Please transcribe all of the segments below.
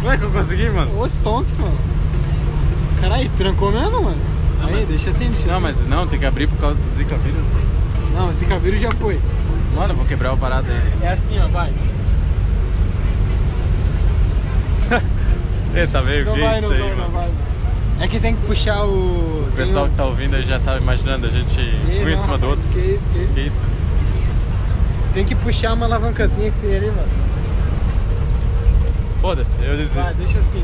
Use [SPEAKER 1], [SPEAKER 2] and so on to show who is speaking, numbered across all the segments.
[SPEAKER 1] Como é que eu consegui, mano?
[SPEAKER 2] Ô, Stonks, mano. Caralho, trancou mesmo, mano?
[SPEAKER 1] Não,
[SPEAKER 2] Aí,
[SPEAKER 1] mas-
[SPEAKER 2] deixa assim, deixa
[SPEAKER 1] Não,
[SPEAKER 2] assim.
[SPEAKER 1] mas não, tem que abrir por causa do Zika vírus.
[SPEAKER 2] Não, esse caveiro já foi.
[SPEAKER 1] Mano, eu vou quebrar a parada aí.
[SPEAKER 2] É assim, ó, vai.
[SPEAKER 1] Eita, tá meio
[SPEAKER 2] Não
[SPEAKER 1] que
[SPEAKER 2] vai,
[SPEAKER 1] isso
[SPEAKER 2] não
[SPEAKER 1] aí,
[SPEAKER 2] vai,
[SPEAKER 1] mano.
[SPEAKER 2] não vai. É que tem que puxar o... um-
[SPEAKER 1] O pessoal que tá ouvindo aí já tá imaginando a gente um em cima do outro.
[SPEAKER 2] Que isso, que isso.
[SPEAKER 1] Que isso?
[SPEAKER 2] Tem que puxar uma alavancazinha que tem ali, mano.
[SPEAKER 1] Foda-se, eu
[SPEAKER 2] Vai,
[SPEAKER 1] desisto.
[SPEAKER 2] deixa assim.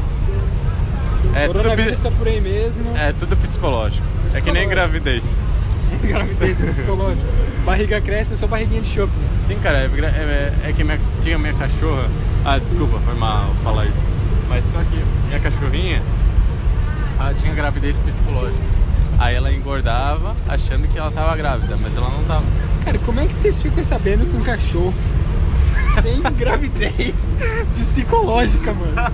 [SPEAKER 1] É tudo,
[SPEAKER 2] Coronavírus
[SPEAKER 1] pi-
[SPEAKER 2] tá por aí mesmo.
[SPEAKER 1] é tudo psicológico. É que nem
[SPEAKER 2] Psicológico.
[SPEAKER 1] gravidez.
[SPEAKER 2] Gravidez psicológica. Barriga cresce, é só barriguinha de chope.
[SPEAKER 1] Sim, cara, é, gra- é- é que minha, tinha minha cachorra. Ah, desculpa, foi mal falar isso. Mas só que minha cachorrinha, ela tinha gravidez psicológica. Aí ela engordava achando que ela tava grávida, mas ela não tava.
[SPEAKER 2] Cara, como é que vocês ficam sabendo que um cachorro tem gravidez psicológica, mano?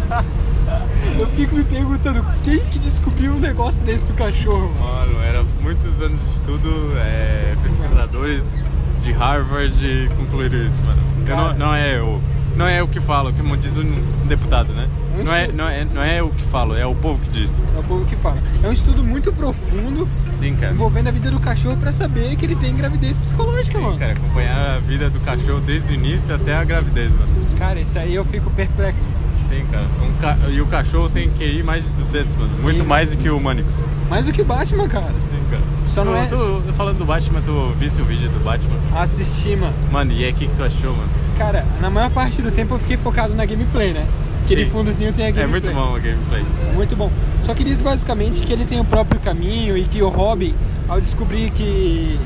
[SPEAKER 2] Eu fico me perguntando quem que descobriu um negócio desse do cachorro, mano?
[SPEAKER 1] Mano, era muitos anos de estudo, é, pesquisadores de Harvard concluíram isso, mano. Eu não,
[SPEAKER 2] Cara.
[SPEAKER 1] não é eu. Não é eu que falo, como diz um deputado, né?
[SPEAKER 2] É um
[SPEAKER 1] Não é,
[SPEAKER 2] estudo.
[SPEAKER 1] não, é, não é eu que falo, é o povo que diz.
[SPEAKER 2] É o povo que fala. É um estudo muito profundo
[SPEAKER 1] Sim, cara.
[SPEAKER 2] envolvendo a vida do cachorro pra saber que ele tem gravidez psicológica,
[SPEAKER 1] Sim,
[SPEAKER 2] mano.
[SPEAKER 1] cara, acompanhar a vida do cachorro desde o início até a gravidez, mano.
[SPEAKER 2] Cara, isso aí eu fico perplexo.
[SPEAKER 1] Sim, cara. Um ca- E o cachorro tem QI mais de 200, mano. Muito
[SPEAKER 2] Sim.
[SPEAKER 1] mais do que o Manicus. Sim,
[SPEAKER 2] Mais do que Batman, cara.
[SPEAKER 1] cara.
[SPEAKER 2] Só não
[SPEAKER 1] Tu-
[SPEAKER 2] é-
[SPEAKER 1] Tu, falando do Batman, tu visse o vídeo do Batman?
[SPEAKER 2] Assistir, mano.
[SPEAKER 1] Mano, e aí, o que, que tu achou, mano?
[SPEAKER 2] Cara, na maior parte do tempo eu fiquei focado na gameplay, né? Aquele
[SPEAKER 1] Sim.
[SPEAKER 2] fundozinho tem a
[SPEAKER 1] É
[SPEAKER 2] gameplay.
[SPEAKER 1] muito bom a gameplay.
[SPEAKER 2] Muito bom. Só que diz basicamente que ele tem o próprio caminho e que o Robin, ao descobrir que.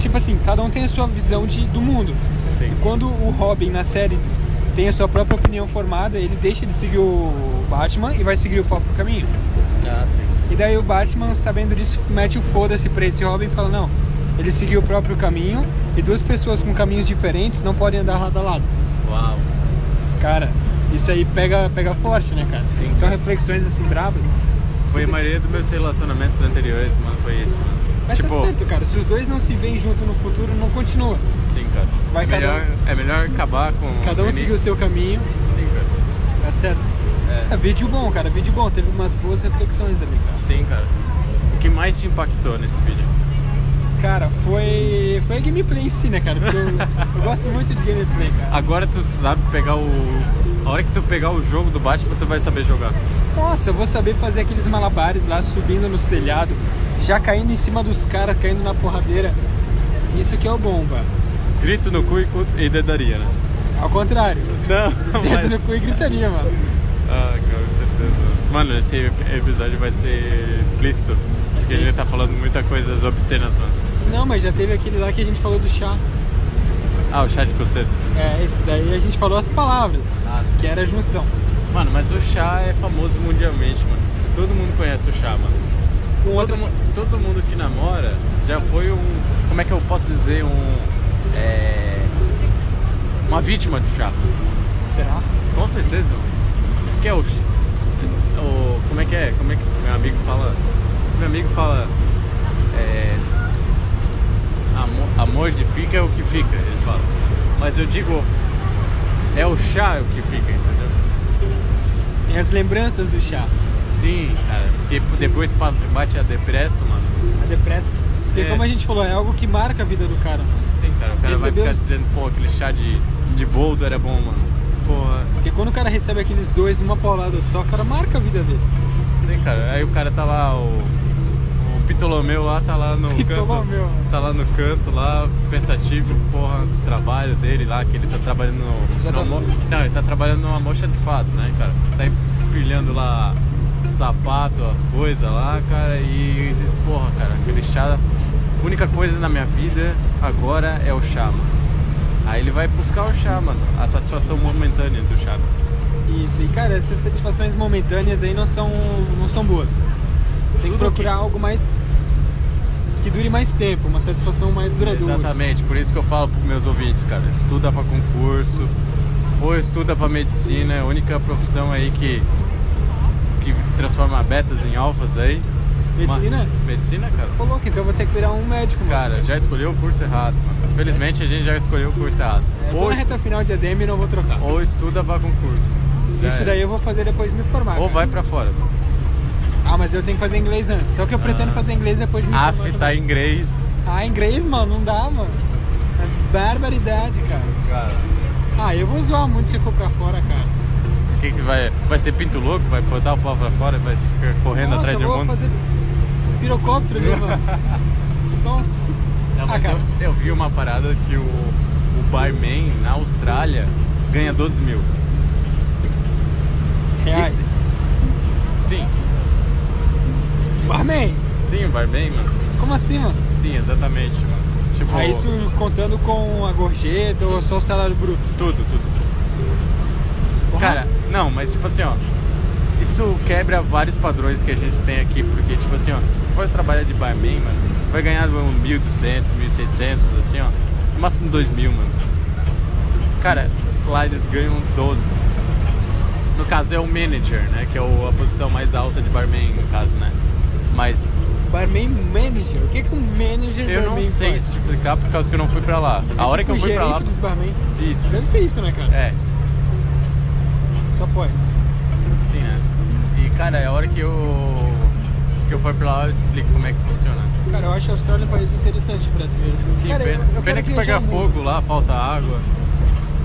[SPEAKER 2] Tipo assim, cada um tem a sua visão de, do mundo.
[SPEAKER 1] Sim.
[SPEAKER 2] E quando o Robin na série tem a sua própria opinião formada, ele deixa de seguir o Batman e vai seguir o próprio caminho.
[SPEAKER 1] Ah, sim.
[SPEAKER 2] E daí o Batman, sabendo disso, mete o foda-se pra esse Robin e fala: não, ele seguiu o próprio caminho e duas pessoas com caminhos diferentes não podem andar lado a lado.
[SPEAKER 1] Uau.
[SPEAKER 2] Cara, isso aí pega, pega forte, né, cara?
[SPEAKER 1] Sim,
[SPEAKER 2] São
[SPEAKER 1] cara.
[SPEAKER 2] reflexões assim bravas.
[SPEAKER 1] Então, Foi a maioria dos meus relacionamentos anteriores, mano, foi isso, mano.
[SPEAKER 2] Mas
[SPEAKER 1] tipo,
[SPEAKER 2] tá certo, cara. Se os dois não se veem junto no futuro, não continua.
[SPEAKER 1] sim, cara.
[SPEAKER 2] Vai
[SPEAKER 1] é,
[SPEAKER 2] cada um.
[SPEAKER 1] melhor, é melhor acabar com.
[SPEAKER 2] Cada um seguiu o seu caminho,
[SPEAKER 1] Sim, cara.
[SPEAKER 2] tá certo. É.
[SPEAKER 1] É.
[SPEAKER 2] vídeo bom, cara. Vídeo bom. Teve umas boas reflexões ali, cara.
[SPEAKER 1] Sim, cara. O que mais te impactou nesse vídeo?
[SPEAKER 2] Cara, foi, foi a gameplay em si, né, cara? Porque eu, eu gosto muito de gameplay, cara.
[SPEAKER 1] Agora tu sabe pegar o. A hora que tu pegar o jogo do Batman, tu vai saber jogar.
[SPEAKER 2] Nossa, eu vou saber fazer aqueles malabares lá, subindo nos telhados, já caindo em cima dos caras, caindo na porradeira. Isso que é o bom, cara.
[SPEAKER 1] Grito no cu e, cu... e dedaria, né?
[SPEAKER 2] Ao contrário.
[SPEAKER 1] Não,
[SPEAKER 2] Dentro do cu e gritaria, mano.
[SPEAKER 1] Ah, com certeza. Mano, esse episódio vai ser explícito. Porque
[SPEAKER 2] ser
[SPEAKER 1] ele
[SPEAKER 2] isso.
[SPEAKER 1] tá falando muita coisas obscenas, mano.
[SPEAKER 2] Não, mas já teve aquele lá que a gente falou do chá.
[SPEAKER 1] Ah, o chá de conceito.
[SPEAKER 2] É, esse daí a gente falou as palavras,
[SPEAKER 1] Ah,
[SPEAKER 2] que era a junção.
[SPEAKER 1] Mano, mas o chá é famoso mundialmente, mano. Todo mundo conhece o chá, mano.
[SPEAKER 2] Com
[SPEAKER 1] Todo,
[SPEAKER 2] outras...
[SPEAKER 1] mu- todo mundo que namora já foi um. Como é que eu posso dizer? Um. É. Uma vítima do chá.
[SPEAKER 2] Será?
[SPEAKER 1] Com certeza. mano. Que é o, ch- o. Como é que é? Como é que meu amigo fala? Meu amigo fala. É, amor, amor de pica é o que fica, ele fala. Mas eu digo. É o chá o que fica, entendeu?
[SPEAKER 2] Tem as lembranças do chá,
[SPEAKER 1] Sim, cara, porque depois pa- bate a depresso, mano.
[SPEAKER 2] a depressa. Porque
[SPEAKER 1] É.
[SPEAKER 2] como a gente falou, é algo que marca a vida do cara, mano.
[SPEAKER 1] Sim, cara, o cara vai
[SPEAKER 2] Recebeu
[SPEAKER 1] ficar
[SPEAKER 2] os-
[SPEAKER 1] dizendo, pô, aquele chá de, de boldo era bom, mano. Pô,
[SPEAKER 2] Porque quando o cara recebe aqueles dois numa paulada só, o cara marca a vida dele.
[SPEAKER 1] sim, cara, aí o cara tá lá, o, o Pitolomeu lá tá lá no
[SPEAKER 2] Ptolomeu.
[SPEAKER 1] canto. Tá lá no canto, lá, pensativo, porra, do trabalho dele lá, que ele tá trabalhando no.
[SPEAKER 2] Já
[SPEAKER 1] numa
[SPEAKER 2] tá
[SPEAKER 1] mo-
[SPEAKER 2] su-
[SPEAKER 1] Não, ele tá trabalhando numa mocha de fato, né, cara? Tá empilhando lá o sapato, as coisas lá, cara, e diz, porra, cara, aquele chá. A única coisa na minha vida agora é o chá, mano. Aí ele vai buscar o chá, mano. A satisfação momentânea do chá. né?
[SPEAKER 2] Isso, e cara, essas satisfações momentâneas aí não são, não são boas. Tem
[SPEAKER 1] Tudo
[SPEAKER 2] que procurar
[SPEAKER 1] que-
[SPEAKER 2] algo mais. que dure mais tempo, uma satisfação mais duradoura.
[SPEAKER 1] Exatamente, por isso que eu falo pros meus ouvintes, cara, estuda pra concurso, ou estuda pra medicina, é a única profissão aí que que transforma betas em alfas aí.
[SPEAKER 2] Medicina?
[SPEAKER 1] Ma- medicina, cara.
[SPEAKER 2] Ô, louco, então eu vou ter que virar um médico, mano.
[SPEAKER 1] Cara, já escolheu o curso errado, mano. Felizmente a gente já escolheu o curso errado.
[SPEAKER 2] É, eu tô
[SPEAKER 1] Ou,
[SPEAKER 2] na
[SPEAKER 1] es-
[SPEAKER 2] reta final de ADM e não vou trocar.
[SPEAKER 1] ou estuda pra concurso. Já
[SPEAKER 2] Isso
[SPEAKER 1] é.
[SPEAKER 2] daí eu vou fazer depois de me formar.
[SPEAKER 1] Ou
[SPEAKER 2] cara.
[SPEAKER 1] vai pra fora.
[SPEAKER 2] Ah, mas eu tenho que fazer inglês antes. Só que eu pretendo fazer inglês depois de me
[SPEAKER 1] AF
[SPEAKER 2] formar.
[SPEAKER 1] tá
[SPEAKER 2] também.
[SPEAKER 1] em inglês.
[SPEAKER 2] Ah, inglês, mano, não dá, mano. Mas barbaridade, cara.
[SPEAKER 1] Cara,
[SPEAKER 2] Ah, eu vou zoar muito se for pra fora, cara.
[SPEAKER 1] o que que vai... Vai ser pinto louco? Vai botar o pau pra fora? Vai ficar correndo
[SPEAKER 2] Nossa,
[SPEAKER 1] atrás de um
[SPEAKER 2] eu vou
[SPEAKER 1] algum?
[SPEAKER 2] fazer pirocóptero ali, mano. Stonks.
[SPEAKER 1] Não, mas
[SPEAKER 2] Ah, cara.
[SPEAKER 1] eu, eu vi uma parada que o, o barman na Austrália ganha 12 mil.
[SPEAKER 2] Reais.
[SPEAKER 1] Isso. Sim,
[SPEAKER 2] Barman,
[SPEAKER 1] sim, o barman, mano.
[SPEAKER 2] como assim, mano?
[SPEAKER 1] Sim, exatamente, mano. Tipo,
[SPEAKER 2] Ah, isso contando com a gorjeta ou só o salário bruto?
[SPEAKER 1] tudo, tudo, tudo.
[SPEAKER 2] Porra.
[SPEAKER 1] Cara, não, mas tipo assim, ó. Isso quebra vários padrões que a gente tem aqui, porque tipo assim, ó, se tu for trabalhar de barman, mano, vai ganhar um 1.200, 1.600, assim, ó. No máximo 2.000, mano. Cara, lá eles ganham 12. No caso é o manager, né? Que é o- a posição mais alta de barman, no caso, né? Mas
[SPEAKER 2] Barman manager? O que, que um manager
[SPEAKER 1] eu
[SPEAKER 2] barman
[SPEAKER 1] não sei
[SPEAKER 2] faz?
[SPEAKER 1] se explicar por causa que eu não fui pra lá. A hora que eu
[SPEAKER 2] tipo
[SPEAKER 1] fui pra lá.
[SPEAKER 2] gerente dos barman.
[SPEAKER 1] Isso.
[SPEAKER 2] Deve ser isso, né, cara?
[SPEAKER 1] É,
[SPEAKER 2] Só pode.
[SPEAKER 1] Sim, né? E cara, a hora que eu que eu for pra lá eu te explico como é que funciona.
[SPEAKER 2] Cara, eu acho a Austrália um país interessante brasileiro.
[SPEAKER 1] Sim,
[SPEAKER 2] cara, eu-
[SPEAKER 1] pena,
[SPEAKER 2] eu quero
[SPEAKER 1] pena que
[SPEAKER 2] viajar
[SPEAKER 1] pega
[SPEAKER 2] o mundo.
[SPEAKER 1] fogo lá, falta água.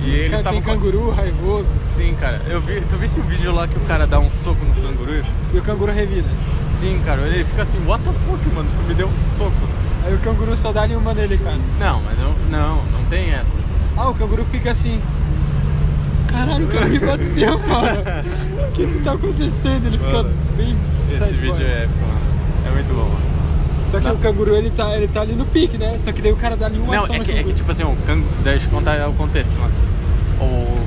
[SPEAKER 1] E eles
[SPEAKER 2] Cara,
[SPEAKER 1] estavam.
[SPEAKER 2] tem canguru raivoso
[SPEAKER 1] Sim, cara. Eu vi, tu visse o vídeo lá que o cara dá um soco no canguru?
[SPEAKER 2] e o canguru revida.
[SPEAKER 1] Sim, cara. Ele fica assim, what the fuck, mano? Tu me deu um soco. assim.
[SPEAKER 2] Aí o canguru só dá nenhuma nele, cara.
[SPEAKER 1] Não, mas não, não, não tem essa.
[SPEAKER 2] Ah, o canguru fica assim. Caralho, o cara me bateu, mano. O que que tá acontecendo? Ele fica
[SPEAKER 1] Mano,
[SPEAKER 2] bem
[SPEAKER 1] Esse
[SPEAKER 2] sad boy.
[SPEAKER 1] vídeo é épico, mano. É muito bom, mano.
[SPEAKER 2] Só que
[SPEAKER 1] Não.
[SPEAKER 2] o canguru ele tá, ele tá ali no pique, né? Só que daí o cara dá nenhuma
[SPEAKER 1] Não,
[SPEAKER 2] ação
[SPEAKER 1] é
[SPEAKER 2] no
[SPEAKER 1] que, é
[SPEAKER 2] canguru.
[SPEAKER 1] que tipo assim, o canguru. Deixa eu contar o contexto, mano. O,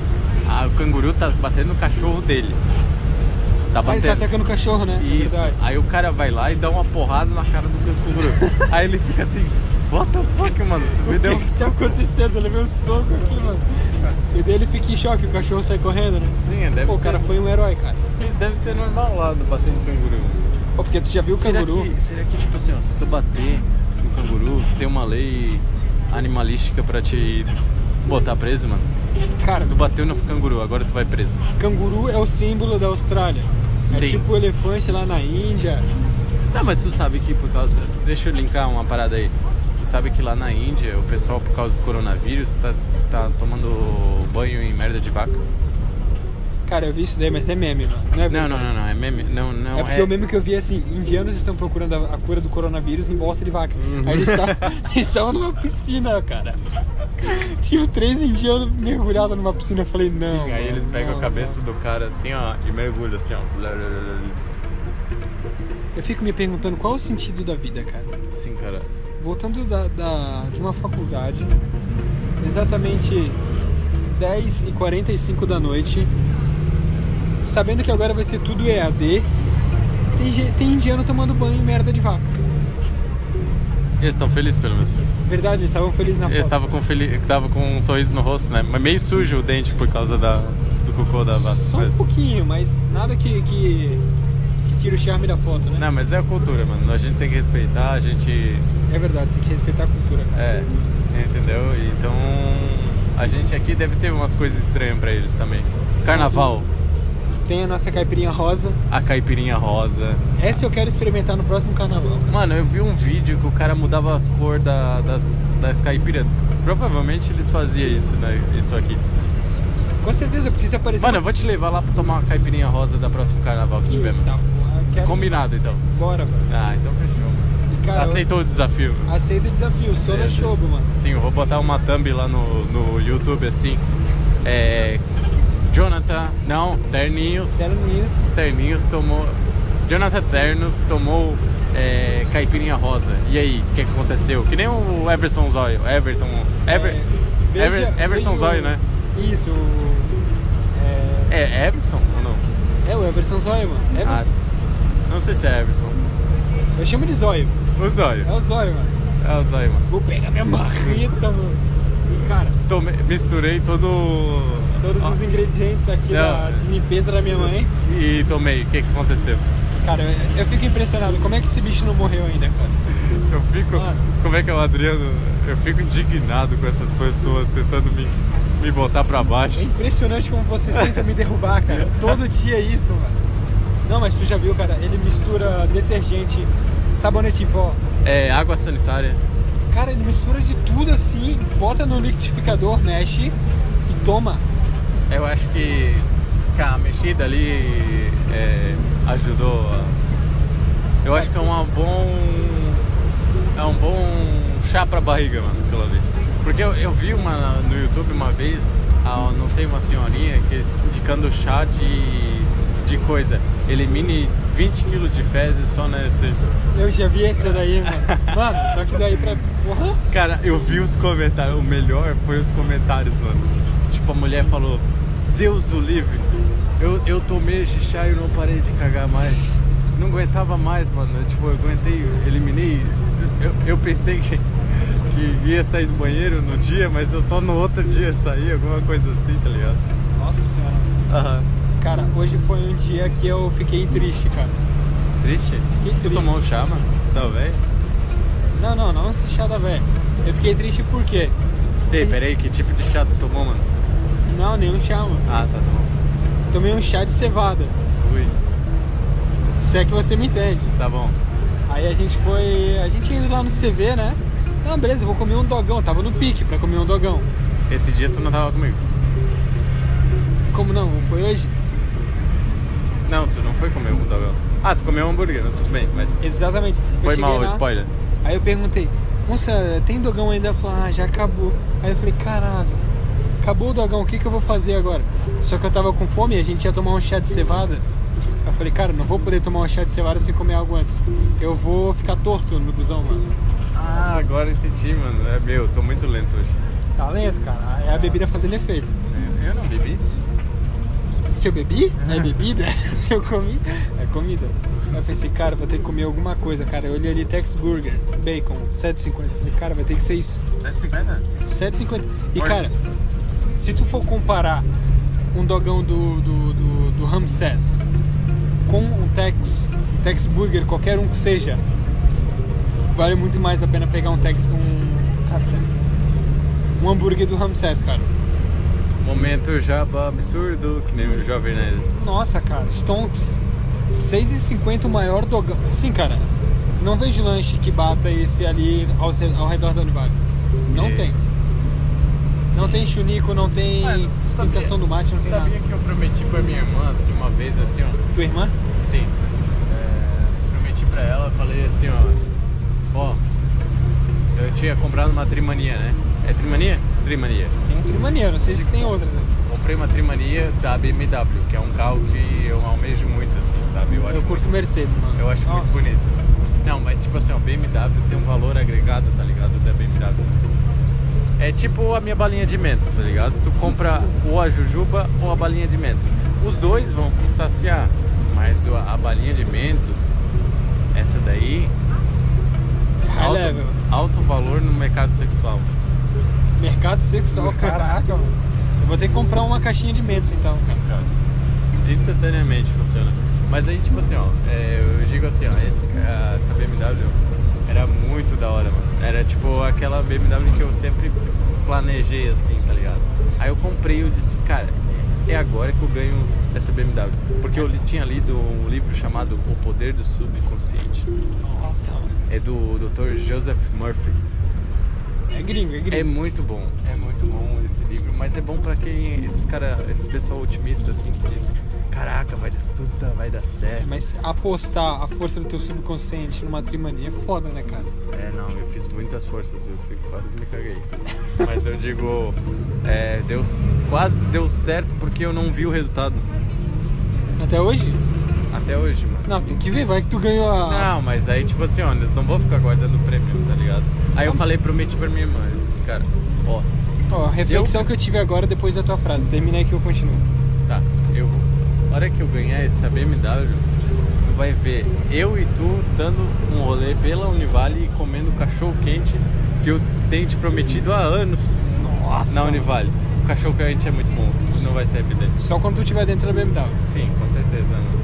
[SPEAKER 1] a- o canguru tá batendo no cachorro dele. Tá
[SPEAKER 2] Ah, ele tá
[SPEAKER 1] batendo.
[SPEAKER 2] atacando o cachorro, né? É
[SPEAKER 1] Isso.
[SPEAKER 2] verdade.
[SPEAKER 1] Aí o cara vai lá e dá uma porrada na cara do canguru. Aí ele fica assim, what the fuck, mano? Tu me
[SPEAKER 2] O que
[SPEAKER 1] deu um
[SPEAKER 2] que tá
[SPEAKER 1] soco.
[SPEAKER 2] acontecendo? Eu levei um soco aqui, mano. E daí ele fica em choque, o cachorro sai correndo, né?
[SPEAKER 1] Sim, é, deve
[SPEAKER 2] Pô, o
[SPEAKER 1] ser.
[SPEAKER 2] cara foi um herói, cara.
[SPEAKER 1] Isso deve ser normal lá do bater no canguru.
[SPEAKER 2] Pô, porque tu já viu o
[SPEAKER 1] Será
[SPEAKER 2] canguru?
[SPEAKER 1] que, será que, tipo assim, ó, se tu bater no canguru, tem uma lei animalística pra te botar preso, mano?
[SPEAKER 2] Cara,
[SPEAKER 1] Tu bateu no canguru, agora tu vai preso.
[SPEAKER 2] canguru é o símbolo da Austrália.
[SPEAKER 1] Sim.
[SPEAKER 2] É tipo o elefante lá na Índia.
[SPEAKER 1] Não, mas tu sabe que por causa. Deixa eu linkar uma parada aí. Tu sabe que lá na Índia, o pessoal, por causa do coronavírus, tá, tá tomando banho em merda de vaca?
[SPEAKER 2] Cara, eu vi isso daí, mas é meme, mano. Não, é
[SPEAKER 1] Não,
[SPEAKER 2] verdade.
[SPEAKER 1] não, não, não. É meme. Não, não.
[SPEAKER 2] É porque o meme que eu vi é assim, indianos estão procurando a, a cura do coronavírus em bolsa de vaca. Aí eles estavam-
[SPEAKER 1] Uhum.
[SPEAKER 2] eles estavam numa piscina, cara. Tinham três indianos mergulhados numa piscina. Eu falei, não.
[SPEAKER 1] Sim, assim, aí
[SPEAKER 2] mano,
[SPEAKER 1] eles pegam
[SPEAKER 2] não,
[SPEAKER 1] a cabeça do cara assim, ó, e mergulham assim, ó. Blá, blá, blá, blá.
[SPEAKER 2] não. Eu fico me perguntando qual é o sentido da vida, cara.
[SPEAKER 1] Sim, cara.
[SPEAKER 2] Voltando da, da- de uma faculdade, exatamente 10h45 da noite, sabendo que agora vai ser tudo EAD, tem, ge- tem indiano tomando banho em merda de vaca.
[SPEAKER 1] Eles estão felizes pelo menos.
[SPEAKER 2] Verdade, eles estavam felizes na foto.
[SPEAKER 1] Eles estavam com, feli... tava com um sorriso no rosto, né? Mas meio sujo o dente por causa da... do cocô da vaca.
[SPEAKER 2] Só um
[SPEAKER 1] mas-
[SPEAKER 2] pouquinho, mas nada que, que, que tira o charme da foto, né?
[SPEAKER 1] Não, mas é a cultura, mano. A gente tem que respeitar, a gente.
[SPEAKER 2] É verdade, tem que respeitar a cultura, cara.
[SPEAKER 1] É, entendeu? Então a gente aqui deve ter umas coisas estranhas pra eles também. Carnaval,
[SPEAKER 2] Tem a nossa caipirinha rosa.
[SPEAKER 1] a caipirinha rosa.
[SPEAKER 2] Essa eu quero experimentar no próximo carnaval. cara.
[SPEAKER 1] Mano, eu vi um vídeo que o cara mudava as cores da, das, da caipira. Provavelmente eles faziam isso, né? Isso aqui.
[SPEAKER 2] Com certeza, porque se aparecer...
[SPEAKER 1] Mano, eu vou te levar lá pra tomar uma caipirinha rosa da próximo carnaval que tiver, mano.
[SPEAKER 2] Tá, porra, eu quero...
[SPEAKER 1] Combinado então.
[SPEAKER 2] Bora, mano.
[SPEAKER 1] Ah, então fechou. mano.
[SPEAKER 2] E, cara, eu-
[SPEAKER 1] Aceitou o desafio?
[SPEAKER 2] Aceita o desafio, só na
[SPEAKER 1] Beleza.
[SPEAKER 2] Shobo, mano.
[SPEAKER 1] Sim, eu vou botar uma thumb lá no, no YouTube assim. É. Jonathan, não, Terninhos.
[SPEAKER 2] Quero Nunes.
[SPEAKER 1] Terninhos tomou. Jonathan Ternos tomou é, caipirinha rosa. E aí, o que, que aconteceu? Que nem o Everson Zóio. Everton. Ever,
[SPEAKER 2] É, veja-
[SPEAKER 1] Ever- Everson
[SPEAKER 2] veja o-
[SPEAKER 1] Zóio, né?
[SPEAKER 2] Isso, o...
[SPEAKER 1] É é Everson ou não?
[SPEAKER 2] É, é o Everson Zóio, mano. Everson.
[SPEAKER 1] Ah, não sei se é Everson.
[SPEAKER 2] Eu chamo de Zóio.
[SPEAKER 1] O Zóio.
[SPEAKER 2] É o Zóio, mano.
[SPEAKER 1] É o Zóio, mano.
[SPEAKER 2] Vou pegar minha marreta, mano. Cara,
[SPEAKER 1] Tomei, misturei todo.
[SPEAKER 2] todos
[SPEAKER 1] Ó,
[SPEAKER 2] os ingredientes aqui da,
[SPEAKER 1] Não.
[SPEAKER 2] de limpeza da minha mãe.
[SPEAKER 1] E tomei. O que, que aconteceu?
[SPEAKER 2] Cara, eu, eu fico impressionado. Como é que esse bicho não morreu ainda, cara?
[SPEAKER 1] Eu fico.
[SPEAKER 2] Mano.
[SPEAKER 1] Como é que é o Adriano? Eu fico indignado com essas pessoas tentando me me botar pra baixo.
[SPEAKER 2] É impressionante como vocês tentam me derrubar, cara. Todo dia é isso, mano. Não, mas tu já viu, cara, ele mistura detergente, sabonete em pó.
[SPEAKER 1] É água sanitária.
[SPEAKER 2] Cara, ele mistura de tudo assim, bota no liquidificador, mexe e toma.
[SPEAKER 1] Eu acho que cara, a mexida ali é, ajudou. a- Eu acho que é uma bom. É um bom chá pra barriga, mano, aquilo ali. Porque eu, eu vi uma no YouTube uma vez, a, não sei, uma senhorinha que eles indicando chá de, de coisa. Elimine 20 kg de fezes só nesse.
[SPEAKER 2] Eu já vi essa daí, mano. Mano, só que daí pra. Porra!
[SPEAKER 1] Cara, eu vi os comentários. O melhor foi os comentários, mano. Tipo, a mulher falou: Deus o livre. Eu, eu tomei esse chá e não parei de cagar mais. Não aguentava mais, mano. Eu, Tipo, eu aguentei, eu eliminei. Eu, eu pensei que, que ia sair do banheiro no dia, mas eu só no outro dia saí, alguma coisa assim, tá ligado?
[SPEAKER 2] Nossa senhora.
[SPEAKER 1] Aham.
[SPEAKER 2] Cara, hoje foi um dia que eu fiquei triste, cara.
[SPEAKER 1] Triste?
[SPEAKER 2] Fiquei
[SPEAKER 1] Tu
[SPEAKER 2] triste.
[SPEAKER 1] tomou um chá, mano? Talvez.
[SPEAKER 2] Não, não, não esse chá da velha. Eu fiquei triste por quê?
[SPEAKER 1] Ei, peraí, que tipo de chá tu tomou, mano?
[SPEAKER 2] Não, nenhum chá, mano.
[SPEAKER 1] Ah, tá bom.
[SPEAKER 2] Tomei um chá de cevada.
[SPEAKER 1] Ui,
[SPEAKER 2] Se é que você me entende.
[SPEAKER 1] tá bom.
[SPEAKER 2] Aí a gente foi. A gente indo lá no CV, né? Não, beleza, eu vou comer um dogão. Tava no pique pra comer um dogão.
[SPEAKER 1] Esse dia tu não tava comigo.
[SPEAKER 2] Como não? Foi hoje?
[SPEAKER 1] Não, tu não foi comer um dogão. Ah, tu comeu um hambúrguer, tudo bem, mas
[SPEAKER 2] Exatamente. Eu
[SPEAKER 1] foi
[SPEAKER 2] cheguei
[SPEAKER 1] mal o
[SPEAKER 2] lá,
[SPEAKER 1] spoiler.
[SPEAKER 2] Aí eu perguntei, moça, tem dogão ainda? Ela falou, ah, já acabou. Aí eu falei, caralho, acabou o dogão, o que, que eu vou fazer agora? Só que eu tava com fome e a gente ia tomar um chá de cevada. Eu falei, cara, não vou poder tomar um chá de cevada sem comer algo antes. Eu vou ficar torto no busão, mano.
[SPEAKER 1] Ah, agora entendi, mano. É meu, tô muito lento hoje.
[SPEAKER 2] Tá lento, cara. É a bebida fazendo efeito. É,
[SPEAKER 1] Eu não bebi?
[SPEAKER 2] Se eu bebi, é bebida. Se eu comi, é comida. Aí eu pensei, cara, vou ter que comer alguma coisa, cara. Eu olhei ali Tex Burger, bacon, 7,50. Eu falei, cara, vai ter que ser isso.
[SPEAKER 1] 750?
[SPEAKER 2] 7,50. E
[SPEAKER 1] Olha.
[SPEAKER 2] cara, se tu for comparar um dogão do, do, do, do Ramsés com um Tex, um Tex Burger, qualquer um que seja, vale muito mais a pena pegar um Tex, um, cara, Tex- um hambúrguer do Ramsés, cara.
[SPEAKER 1] Momento jaba absurdo, que nem o jovem né? nerd.
[SPEAKER 2] Nossa, cara, Stonks, 6,50 o maior dogão. Sim, cara, não vejo lanche que bata esse ali ao, re- ao redor da Univale. Não
[SPEAKER 1] E-
[SPEAKER 2] tem. Não tem chunico, não tem
[SPEAKER 1] Ah,
[SPEAKER 2] imitação do mate, não tem
[SPEAKER 1] sabia
[SPEAKER 2] nada.
[SPEAKER 1] que eu prometi pra minha irmã, assim, uma vez, assim, ó.
[SPEAKER 2] Tua irmã?
[SPEAKER 1] Sim. É, prometi pra ela, falei assim, ó. Ó, eu tinha comprado uma trimania, né? É trimania? Trimania.
[SPEAKER 2] Tem a Trimania, não sei se tem outras. né?
[SPEAKER 1] Comprei uma trimania da BMW, que é um carro que eu almejo muito, assim, sabe? Eu acho,
[SPEAKER 2] Eu curto Mercedes, mano.
[SPEAKER 1] eu acho muito
[SPEAKER 2] Nossa.
[SPEAKER 1] bonito. Não, mas tipo assim, a BMW tem um valor agregado, tá ligado? Da BMW. É tipo a minha balinha de mentos, tá ligado? Tu compra ou a jujuba ou a balinha de mentos. Os dois vão te saciar, mas o- a balinha de mentos, essa daí,
[SPEAKER 2] É High
[SPEAKER 1] alto,
[SPEAKER 2] level.
[SPEAKER 1] alto valor no mercado sexual.
[SPEAKER 2] Mercado sexual, caraca, mano. Eu vou ter que comprar uma caixinha de mentos então.
[SPEAKER 1] Sim, cara. Instantaneamente funciona. Mas aí, tipo assim, ó, é, eu digo assim, ó, esse, a- essa BMW era muito da hora, mano. Era tipo aquela BMW que eu sempre planejei, assim, tá ligado? Aí eu comprei e eu disse, cara, é agora que eu ganho essa BMW. Porque eu li- tinha lido um livro chamado O Poder do Subconsciente.
[SPEAKER 2] Nossa, mano.
[SPEAKER 1] É do Dr. Joseph Murphy.
[SPEAKER 2] É gringo, é gringo.
[SPEAKER 1] É muito bom, é muito bom esse livro, mas é bom pra quem esses cara, esse pessoal otimista assim que diz, caraca, vai dar tudo, tá- vai dar certo.
[SPEAKER 2] Mas apostar a força do teu subconsciente numa trimania é foda, né, cara?
[SPEAKER 1] É, não, eu fiz muitas forças, eu fico, quase me caguei. Mas eu digo, é, deu, quase deu certo porque eu não vi o resultado
[SPEAKER 2] Até hoje?
[SPEAKER 1] até hoje, mano.
[SPEAKER 2] Não, tem que ver, vai que tu ganhou a.
[SPEAKER 1] Não, mas aí, tipo assim, ó, eles não vão ficar guardando o prêmio, tá ligado? Aí eu falei, prometi pra minha irmã, eu disse, cara, ó, se
[SPEAKER 2] Ó, a
[SPEAKER 1] eu-
[SPEAKER 2] reflexão que eu tive agora depois da tua frase. Termina aí que eu continuo.
[SPEAKER 1] Tá, eu vou. A hora que eu ganhar essa BMW, tu vai ver eu e tu dando um rolê pela Univale e comendo cachorro quente que eu tenho te prometido há anos
[SPEAKER 2] Nossa!
[SPEAKER 1] na Univale. O cachorro quente é muito bom, não vai sair dele.
[SPEAKER 2] Só quando tu estiver dentro da BMW.
[SPEAKER 1] Sim, com certeza não.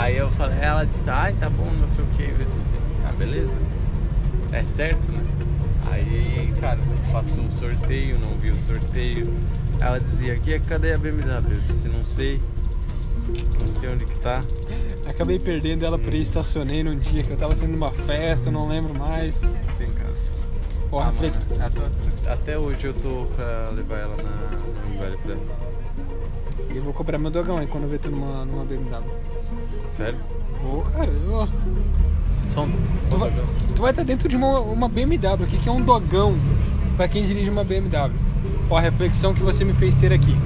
[SPEAKER 1] Aí eu falei, ela disse, ai tá bom, não sei o que. Eu disse, ah, beleza. É certo, né? Aí, cara, passou o sorteio, não vi o sorteio. Ela dizia, aqui é cadê a BMW? Eu disse, não sei. Não sei onde que tá.
[SPEAKER 2] Acabei perdendo ela por aí, estacionei num dia que eu tava sendo numa festa, não lembro mais.
[SPEAKER 1] Sim, cara.
[SPEAKER 2] Porra,
[SPEAKER 1] Ah,
[SPEAKER 2] falei,
[SPEAKER 1] mano, até, até hoje eu tô pra levar ela na, na velha
[SPEAKER 2] eu vou cobrar meu dogão aí quando eu ver tu numa, numa BMW.
[SPEAKER 1] Sério?
[SPEAKER 2] Vou, cara, eu-
[SPEAKER 1] Som,
[SPEAKER 2] Tu
[SPEAKER 1] som
[SPEAKER 2] vai,
[SPEAKER 1] um- dogão.
[SPEAKER 2] tu vai estar dentro de uma, uma BMW aqui, que é um dogão pra quem dirige uma BMW. Ó, a reflexão que você me fez ter aqui.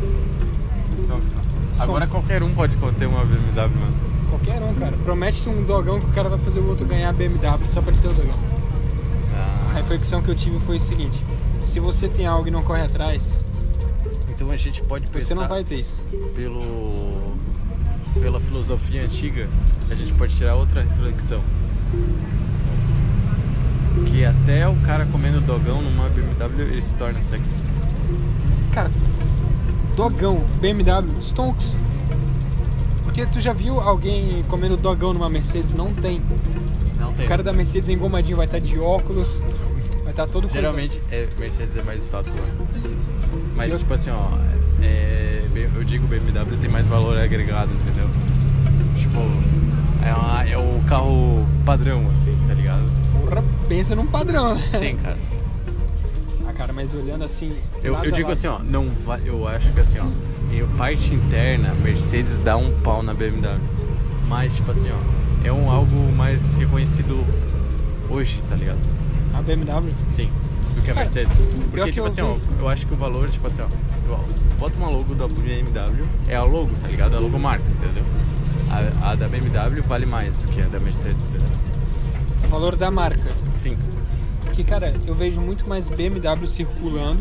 [SPEAKER 1] Stonks. Agora
[SPEAKER 2] Stonks.
[SPEAKER 1] qualquer um pode ter uma BMW, mano.
[SPEAKER 2] Qualquer um, cara. Promete um dogão que o cara vai fazer o outro ganhar a BMW só pra ele ter o dogão. A
[SPEAKER 1] Ah,
[SPEAKER 2] reflexão que eu tive foi o seguinte: se você tem algo e não corre atrás,
[SPEAKER 1] então a gente pode pensar
[SPEAKER 2] você não vai ter isso.
[SPEAKER 1] pelo pela filosofia antiga, a gente pode tirar outra reflexão. Que até o cara comendo dogão numa BMW, ele se torna sexy.
[SPEAKER 2] Cara, dogão, BMW, Stonks. Porque tu já viu alguém comendo dogão numa Mercedes? Não tem.
[SPEAKER 1] Não tem.
[SPEAKER 2] O cara da Mercedes é engomadinho vai estar de óculos, vai estar todo coisado.
[SPEAKER 1] Geralmente é, Mercedes é mais status, né? Mas
[SPEAKER 2] Eu-
[SPEAKER 1] tipo assim, ó, é, bem- eu digo BMW tem mais valor agregado, entendeu? Tipo, é, uma- é o carro padrão, assim, tá ligado?
[SPEAKER 2] Porra, pensa num padrão, né?
[SPEAKER 1] Sim, cara.
[SPEAKER 2] Ah, cara, mas olhando assim.
[SPEAKER 1] Eu,
[SPEAKER 2] lado
[SPEAKER 1] eu
[SPEAKER 2] a
[SPEAKER 1] digo
[SPEAKER 2] lado.
[SPEAKER 1] assim, ó, não vai, eu acho que assim, ó, em parte interna, Mercedes dá um pau na BMW. Mas, tipo assim, ó, é um algo mais reconhecido hoje, tá ligado?
[SPEAKER 2] A BMW.
[SPEAKER 1] Sim, do que a
[SPEAKER 2] Cara,
[SPEAKER 1] Mercedes.
[SPEAKER 2] É, pior
[SPEAKER 1] Porque,
[SPEAKER 2] que
[SPEAKER 1] tipo
[SPEAKER 2] eu
[SPEAKER 1] assim, ó,
[SPEAKER 2] vi-
[SPEAKER 1] eu acho que o valor, tipo assim, ó, tu bota uma logo da BMW, é a logo, tá ligado? A logomarca, entendeu? A, a da BMW vale mais do que a da Mercedes, entendeu?
[SPEAKER 2] O valor da marca.
[SPEAKER 1] Sim.
[SPEAKER 2] Porque, cara, eu vejo muito mais BMW circulando.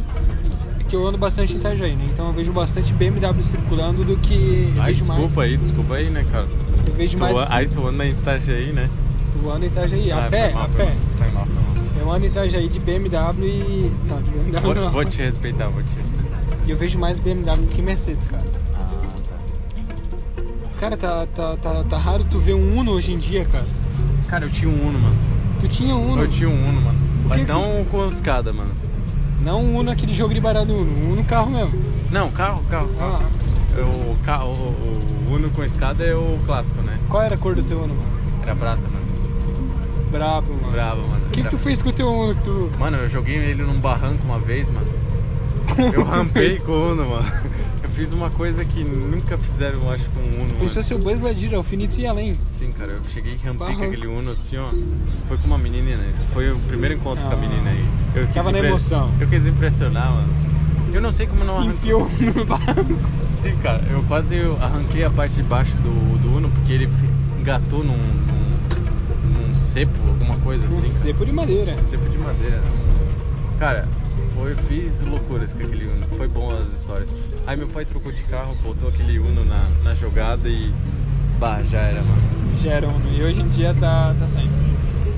[SPEAKER 2] é Que eu ando bastante em Itajaí, né? Então eu vejo bastante BMW circulando do que. Eu
[SPEAKER 1] Ai,
[SPEAKER 2] vejo
[SPEAKER 1] desculpa
[SPEAKER 2] mais,
[SPEAKER 1] aí, desculpa aí, né, cara?
[SPEAKER 2] Eu vejo
[SPEAKER 1] Tu,
[SPEAKER 2] mais.
[SPEAKER 1] an- aí tu anda em Itajaí, né?
[SPEAKER 2] Eu ando em Itajaí, a
[SPEAKER 1] Ah,
[SPEAKER 2] pé,
[SPEAKER 1] foi mal,
[SPEAKER 2] a
[SPEAKER 1] foi
[SPEAKER 2] pé.
[SPEAKER 1] mal, Foi mal, foi mal.
[SPEAKER 2] Eu ando em Itajaí de BMW e. Não, de BMW
[SPEAKER 1] Vou,
[SPEAKER 2] não.
[SPEAKER 1] vou te respeitar, vou te respeitar.
[SPEAKER 2] E eu vejo mais BMW do que Mercedes, cara.
[SPEAKER 1] Ah, tá.
[SPEAKER 2] Cara, tá, tá, tá, tá raro tu ver um Uno hoje em dia, cara.
[SPEAKER 1] Cara, eu tinha um Uno, mano.
[SPEAKER 2] Tu tinha um Uno.
[SPEAKER 1] Eu tinha um Uno, mano. Mas
[SPEAKER 2] que que-
[SPEAKER 1] não com escada, mano.
[SPEAKER 2] Não um Uno aquele jogo de baralho Uno, um Uno carro mesmo.
[SPEAKER 1] Não, carro, carro. carro.
[SPEAKER 2] Ah,
[SPEAKER 1] Eu- o, carro o Uno com escada é o clássico, né?
[SPEAKER 2] qual era a cor do teu Uno, mano?
[SPEAKER 1] Era prata, mano.
[SPEAKER 2] Brabo, mano.
[SPEAKER 1] Brava, mano.
[SPEAKER 2] O que, que
[SPEAKER 1] Era-
[SPEAKER 2] tu fez com o teu Uno que tu.
[SPEAKER 1] Mano, eu joguei ele num barranco uma vez, mano. Eu rampei
[SPEAKER 2] fez?
[SPEAKER 1] com o Uno, mano. Eu fiz uma coisa que nunca fizeram, eu acho, com o Uno, mano.
[SPEAKER 2] Pensou se o Buzz Lightyear é o finito e além.
[SPEAKER 1] Sim, cara, eu cheguei e rampei com
[SPEAKER 2] Barranco.
[SPEAKER 1] aquele Uno assim, ó. Foi com uma menina, né? Foi o primeiro encontro com a
[SPEAKER 2] Ah.
[SPEAKER 1] menina aí. Eu quis
[SPEAKER 2] Tava na
[SPEAKER 1] impre-
[SPEAKER 2] emoção.
[SPEAKER 1] Eu quis impressionar, mano. Eu não sei como
[SPEAKER 2] Ah,
[SPEAKER 1] não arranquei.
[SPEAKER 2] Enfiou no barco.
[SPEAKER 1] Sim, cara, eu quase arranquei a parte de baixo do, do Uno porque ele fi- engatou num, num, num cepo, alguma coisa assim.
[SPEAKER 2] Um
[SPEAKER 1] cara.
[SPEAKER 2] cepo de madeira.
[SPEAKER 1] Cepo de madeira. né? Cara, foi, fiz loucuras com aquele Uno. Foi bom as histórias. Aí meu pai trocou de carro, botou aquele Uno na, na jogada e. Bah, já era, mano.
[SPEAKER 2] Gera Uno. E hoje em dia tá, tá saindo.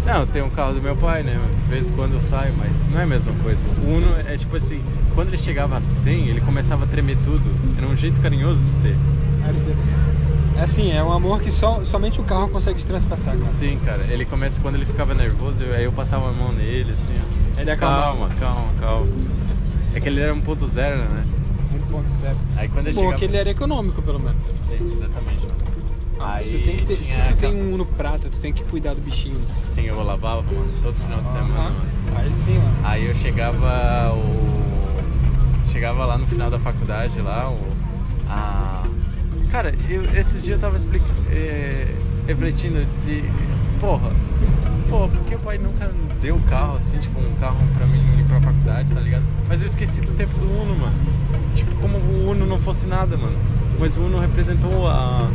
[SPEAKER 1] Não, eu tenho um carro do meu pai, né? De vez em quando eu saio, mas não é a mesma coisa. O Uno é tipo assim, quando ele chegava a 100, ele começava a tremer tudo. Era um jeito carinhoso de ser.
[SPEAKER 2] É assim, é um amor que só, somente o carro consegue transpassar, cara.
[SPEAKER 1] Sim, cara. Ele começa quando ele ficava nervoso, eu- aí eu passava a mão nele, assim, ó.
[SPEAKER 2] Ele acalmava.
[SPEAKER 1] calma, calma, calma. É que ele era 1.0, né?
[SPEAKER 2] 1.7.
[SPEAKER 1] Aí quando ele
[SPEAKER 2] Bom,
[SPEAKER 1] chegava...
[SPEAKER 2] que ele era econômico, pelo menos.
[SPEAKER 1] Sim, exatamente.
[SPEAKER 2] é- Ah, se
[SPEAKER 1] Aí
[SPEAKER 2] tu tem que ter- se
[SPEAKER 1] tinha
[SPEAKER 2] tu tem
[SPEAKER 1] aquela-
[SPEAKER 2] um Uno prata, tu tem que cuidar do bichinho.
[SPEAKER 1] Sim, eu lavava, mano, todo final de semana,
[SPEAKER 2] Aham.
[SPEAKER 1] mano.
[SPEAKER 2] Aí sim, mano.
[SPEAKER 1] Aí eu chegava o chegava lá no final da faculdade lá o a cara eu esses dias eu tava explic... eh, refletindo eu dizia porra pô por que o pai nunca deu carro assim tipo um carro pra mim ir pra faculdade tá ligado mas eu esqueci do tempo do Uno mano tipo como o Uno não fosse nada mano mas o Uno representou a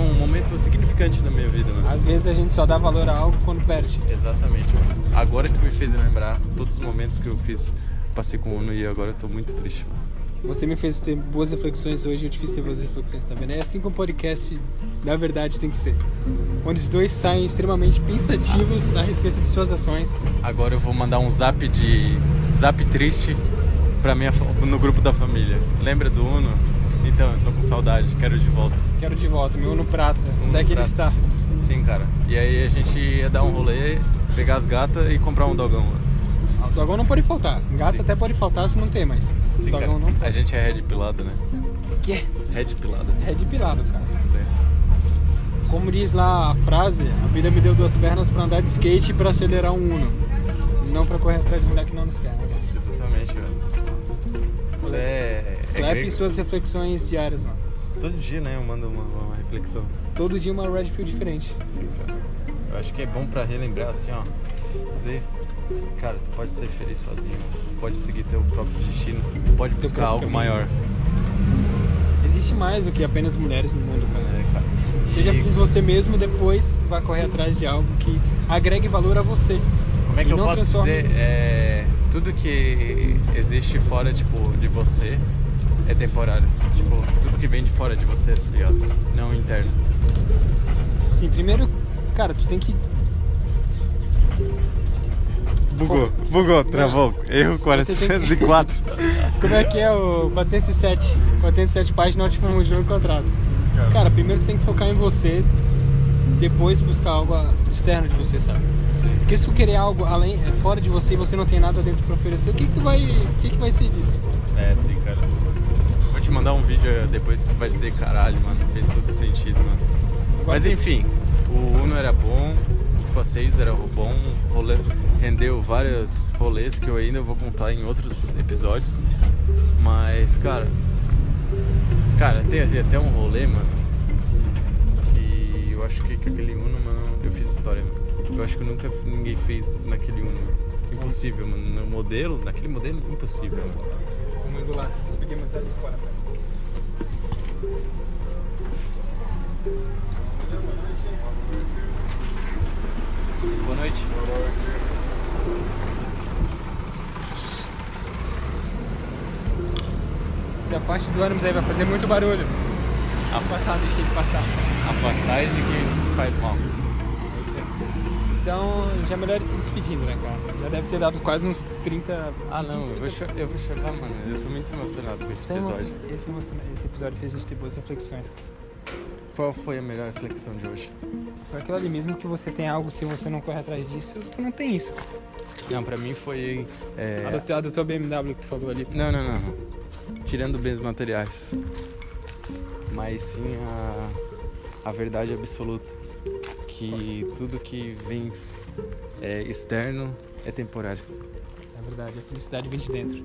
[SPEAKER 1] um momento significante na minha vida mano
[SPEAKER 2] Às vezes a gente só dá valor a algo quando perde.
[SPEAKER 1] Exatamente, mano. Agora que tu me fez lembrar todos os momentos que eu fiz, passei com o Uno e agora eu tô muito triste, mano.
[SPEAKER 2] Você me fez ter boas reflexões hoje, eu te fiz ter boas reflexões também. É assim que um podcast, na verdade, tem que ser. Onde os dois saem extremamente pensativos a respeito de suas ações.
[SPEAKER 1] Agora eu vou mandar um zap de. zap triste pra minha, fa- no grupo da família. Lembra do Uno? Então, eu tô com saudade, quero de volta.
[SPEAKER 2] Quero de volta, meu Uno Prata.
[SPEAKER 1] Uno
[SPEAKER 2] Onde é que ele
[SPEAKER 1] prata.
[SPEAKER 2] está?
[SPEAKER 1] Sim, cara. E aí a gente ia dar um rolê, pegar as gatas e comprar um dogão, mano.
[SPEAKER 2] Ah, o Dogão não pode faltar. Gato
[SPEAKER 1] Sim.
[SPEAKER 2] até pode faltar se não tem, mas
[SPEAKER 1] Sim, cara.
[SPEAKER 2] dogão não
[SPEAKER 1] A gente é red pilado, né?
[SPEAKER 2] Que é
[SPEAKER 1] Red pilado.
[SPEAKER 2] é de pilado, cara.
[SPEAKER 1] Isso daí.
[SPEAKER 2] Como diz lá a frase, a vida me deu duas pernas pra andar de skate e pra acelerar um Uno. Não pra correr atrás de mulher que não nos quer. né, cara?
[SPEAKER 1] Exatamente, velho. Isso é. é
[SPEAKER 2] Flap
[SPEAKER 1] grego.
[SPEAKER 2] suas reflexões diárias, mano.
[SPEAKER 1] Todo dia, né? Eu mando uma, uma reflexão.
[SPEAKER 2] Todo dia uma Red Pill diferente.
[SPEAKER 1] Sim, cara. Eu acho que é bom pra relembrar, assim, ó. Dizer, cara, tu pode ser feliz sozinho. Tu pode seguir teu próprio destino. Tu pode buscar
[SPEAKER 2] próprio
[SPEAKER 1] algo
[SPEAKER 2] caminho.
[SPEAKER 1] maior.
[SPEAKER 2] Existe mais do que apenas mulheres no mundo, cara.
[SPEAKER 1] Né, cara?
[SPEAKER 2] Seja
[SPEAKER 1] E
[SPEAKER 2] feliz você mesmo, depois vá correr atrás de algo que agregue valor a você.
[SPEAKER 1] Como é que
[SPEAKER 2] e
[SPEAKER 1] eu
[SPEAKER 2] não
[SPEAKER 1] posso
[SPEAKER 2] transforme-
[SPEAKER 1] dizer? É, tudo que existe fora, tipo, de você é temporário. Tipo, tudo que vem de fora de você, tá ligado? Não interno.
[SPEAKER 2] Sim, primeiro, cara, tu tem que.
[SPEAKER 3] Bugou, bugou, travou. Erro 404.
[SPEAKER 2] Como é que é o 407? 407 páginas nós fomos não encontrado. Cara, primeiro tu tem que focar em você, depois buscar algo a- externo de você, sabe? Porque se tu querer algo além, é fora de você e você não tem nada dentro pra oferecer, o que, que tu vai. O que, que vai ser disso?
[SPEAKER 1] É, sim, cara. Vou te mandar um vídeo depois que tu vai dizer, caralho, mano, fez todo sentido, mano. Mas enfim, o Uno era bom, os passeios eram bom, o rolê, rendeu vários rolês que eu ainda vou contar em outros episódios. Mas, cara, cara, teve até um rolê, mano, que eu acho que com aquele Uno, mano, eu fiz história, mano. Eu acho que nunca ninguém fez naquele Uno, mano. Impossível, mano. No modelo, naquele modelo, impossível, mano.
[SPEAKER 2] Vamos indo lá, despedimos ali é fora.
[SPEAKER 1] Boa noite.
[SPEAKER 2] Se a parte do ônibus aí vai fazer muito barulho.
[SPEAKER 1] Ah.
[SPEAKER 2] passar, deixa ele passar.
[SPEAKER 1] Afastar de que faz mal.
[SPEAKER 2] Então já é melhor ir se despedindo, né, cara? Já deve ter dado quase uns 30.
[SPEAKER 1] Ah não, eu
[SPEAKER 2] 25.
[SPEAKER 1] vou, cho- eu vou chorar, mano. Eu tô muito emocionado com esse
[SPEAKER 2] Tá emo-
[SPEAKER 1] episódio.
[SPEAKER 2] Esse, emociona- esse episódio fez a gente ter boas reflexões.
[SPEAKER 1] Qual foi a melhor reflexão de hoje?
[SPEAKER 2] Foi aquilo ali mesmo que você tem algo, se você não corre atrás disso, tu não tem isso.
[SPEAKER 1] Não, pra mim foi. é,
[SPEAKER 2] A, do, teu- a do teu BMW que tu falou ali.
[SPEAKER 1] Não, não, não. não. Tirando bens materiais. Mas sim a, a verdade absoluta. Que tudo que vem é, externo é temporário.
[SPEAKER 2] É verdade, a felicidade vem de dentro.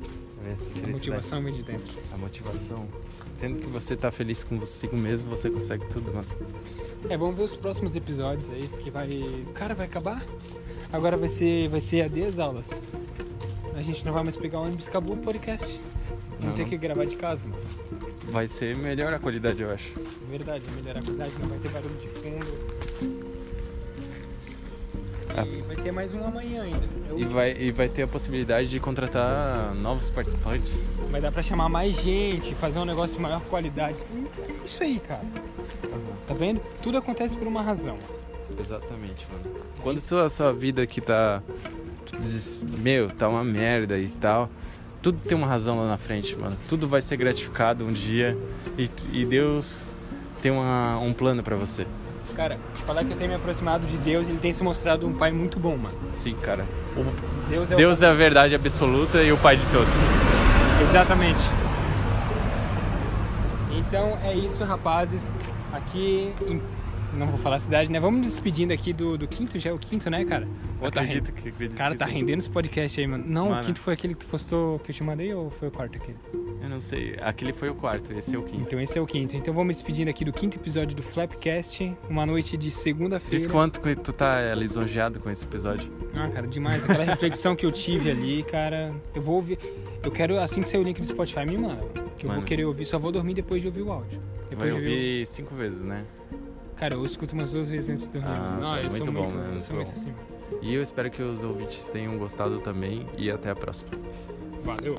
[SPEAKER 1] Essa
[SPEAKER 2] A
[SPEAKER 1] felicidade,
[SPEAKER 2] motivação vem de dentro.
[SPEAKER 1] A motivação. Sendo que você tá feliz com consigo mesmo, você consegue tudo, mano.
[SPEAKER 2] É, vamos ver os próximos episódios aí, porque vai. Cara, vai acabar? Agora vai ser, vai ser AD as aulas. A gente não vai mais pegar ônibus, acabou o podcast. Vamos
[SPEAKER 1] Não,
[SPEAKER 2] ter
[SPEAKER 1] não.
[SPEAKER 2] que gravar de casa, mano. É
[SPEAKER 1] Vai ser melhor a qualidade, eu acho.
[SPEAKER 2] Verdade, vai melhorar a qualidade, não vai ter barulho de fundo.
[SPEAKER 1] Ah.
[SPEAKER 2] E vai ter mais um amanhã ainda.
[SPEAKER 1] E
[SPEAKER 2] É o último.
[SPEAKER 1] vai, e vai ter a possibilidade de contratar novos participantes.
[SPEAKER 2] Vai dar pra chamar mais gente, fazer um negócio de maior qualidade. É Isso aí, cara.
[SPEAKER 1] Uhum.
[SPEAKER 2] Tá vendo? Tudo acontece por uma razão.
[SPEAKER 1] Exatamente, mano. Quando sua, sua vida que tá. tu dizes, meu, tá uma merda e tal. Tudo tem uma razão lá na frente, mano. Tudo vai ser gratificado um dia. E, e Deus tem uma, um plano pra você.
[SPEAKER 2] Cara, te falar que eu tenho me aproximado de Deus, ele tem se mostrado um pai muito bom, mano.
[SPEAKER 1] Sim, cara. O-
[SPEAKER 2] Deus é o
[SPEAKER 1] Deus é a verdade absoluta e o Pai de todos.
[SPEAKER 2] Exatamente. Então é isso, rapazes. Aqui em... Não vou falar a cidade, né? Vamos nos despedindo aqui do, do quinto, já é o quinto, né, cara? Ou tá
[SPEAKER 1] acredito
[SPEAKER 2] rend-
[SPEAKER 1] que acredito.
[SPEAKER 2] Cara,
[SPEAKER 1] que
[SPEAKER 2] tá
[SPEAKER 1] sim.
[SPEAKER 2] rendendo esse podcast aí, mano. Não,
[SPEAKER 1] Mano.
[SPEAKER 2] o quinto foi aquele que tu postou que eu te mandei ou foi o quarto aqui?
[SPEAKER 1] Eu não sei. Aquele foi o quarto, esse é o quinto.
[SPEAKER 2] Então esse é o quinto. Então vamos me despedindo aqui do quinto episódio do Flapcast. Uma noite de
[SPEAKER 1] Diz
[SPEAKER 2] segunda-feira.
[SPEAKER 1] quanto que tu tá é, lisonjeado com esse episódio.
[SPEAKER 2] Ah, cara, demais. Aquela reflexão que eu tive ali, cara. Eu vou ouvir. Eu quero, assim que sair o link do Spotify, me manda. Que eu
[SPEAKER 1] Mano.
[SPEAKER 2] vou querer ouvir, só vou dormir depois de ouvir o áudio. Depois
[SPEAKER 1] Vai
[SPEAKER 2] de ouvir o-
[SPEAKER 1] ouvir cinco vezes, né?
[SPEAKER 2] Cara, eu escuto umas duas vezes antes de dormir.
[SPEAKER 1] Ah,
[SPEAKER 2] não,
[SPEAKER 1] tá,
[SPEAKER 2] eu sou
[SPEAKER 1] muito bom,
[SPEAKER 2] muito,
[SPEAKER 1] né?
[SPEAKER 2] eu sou
[SPEAKER 1] Muito
[SPEAKER 2] muito assim.
[SPEAKER 1] E eu espero que os ouvintes tenham gostado também e até a próxima.
[SPEAKER 2] Valeu.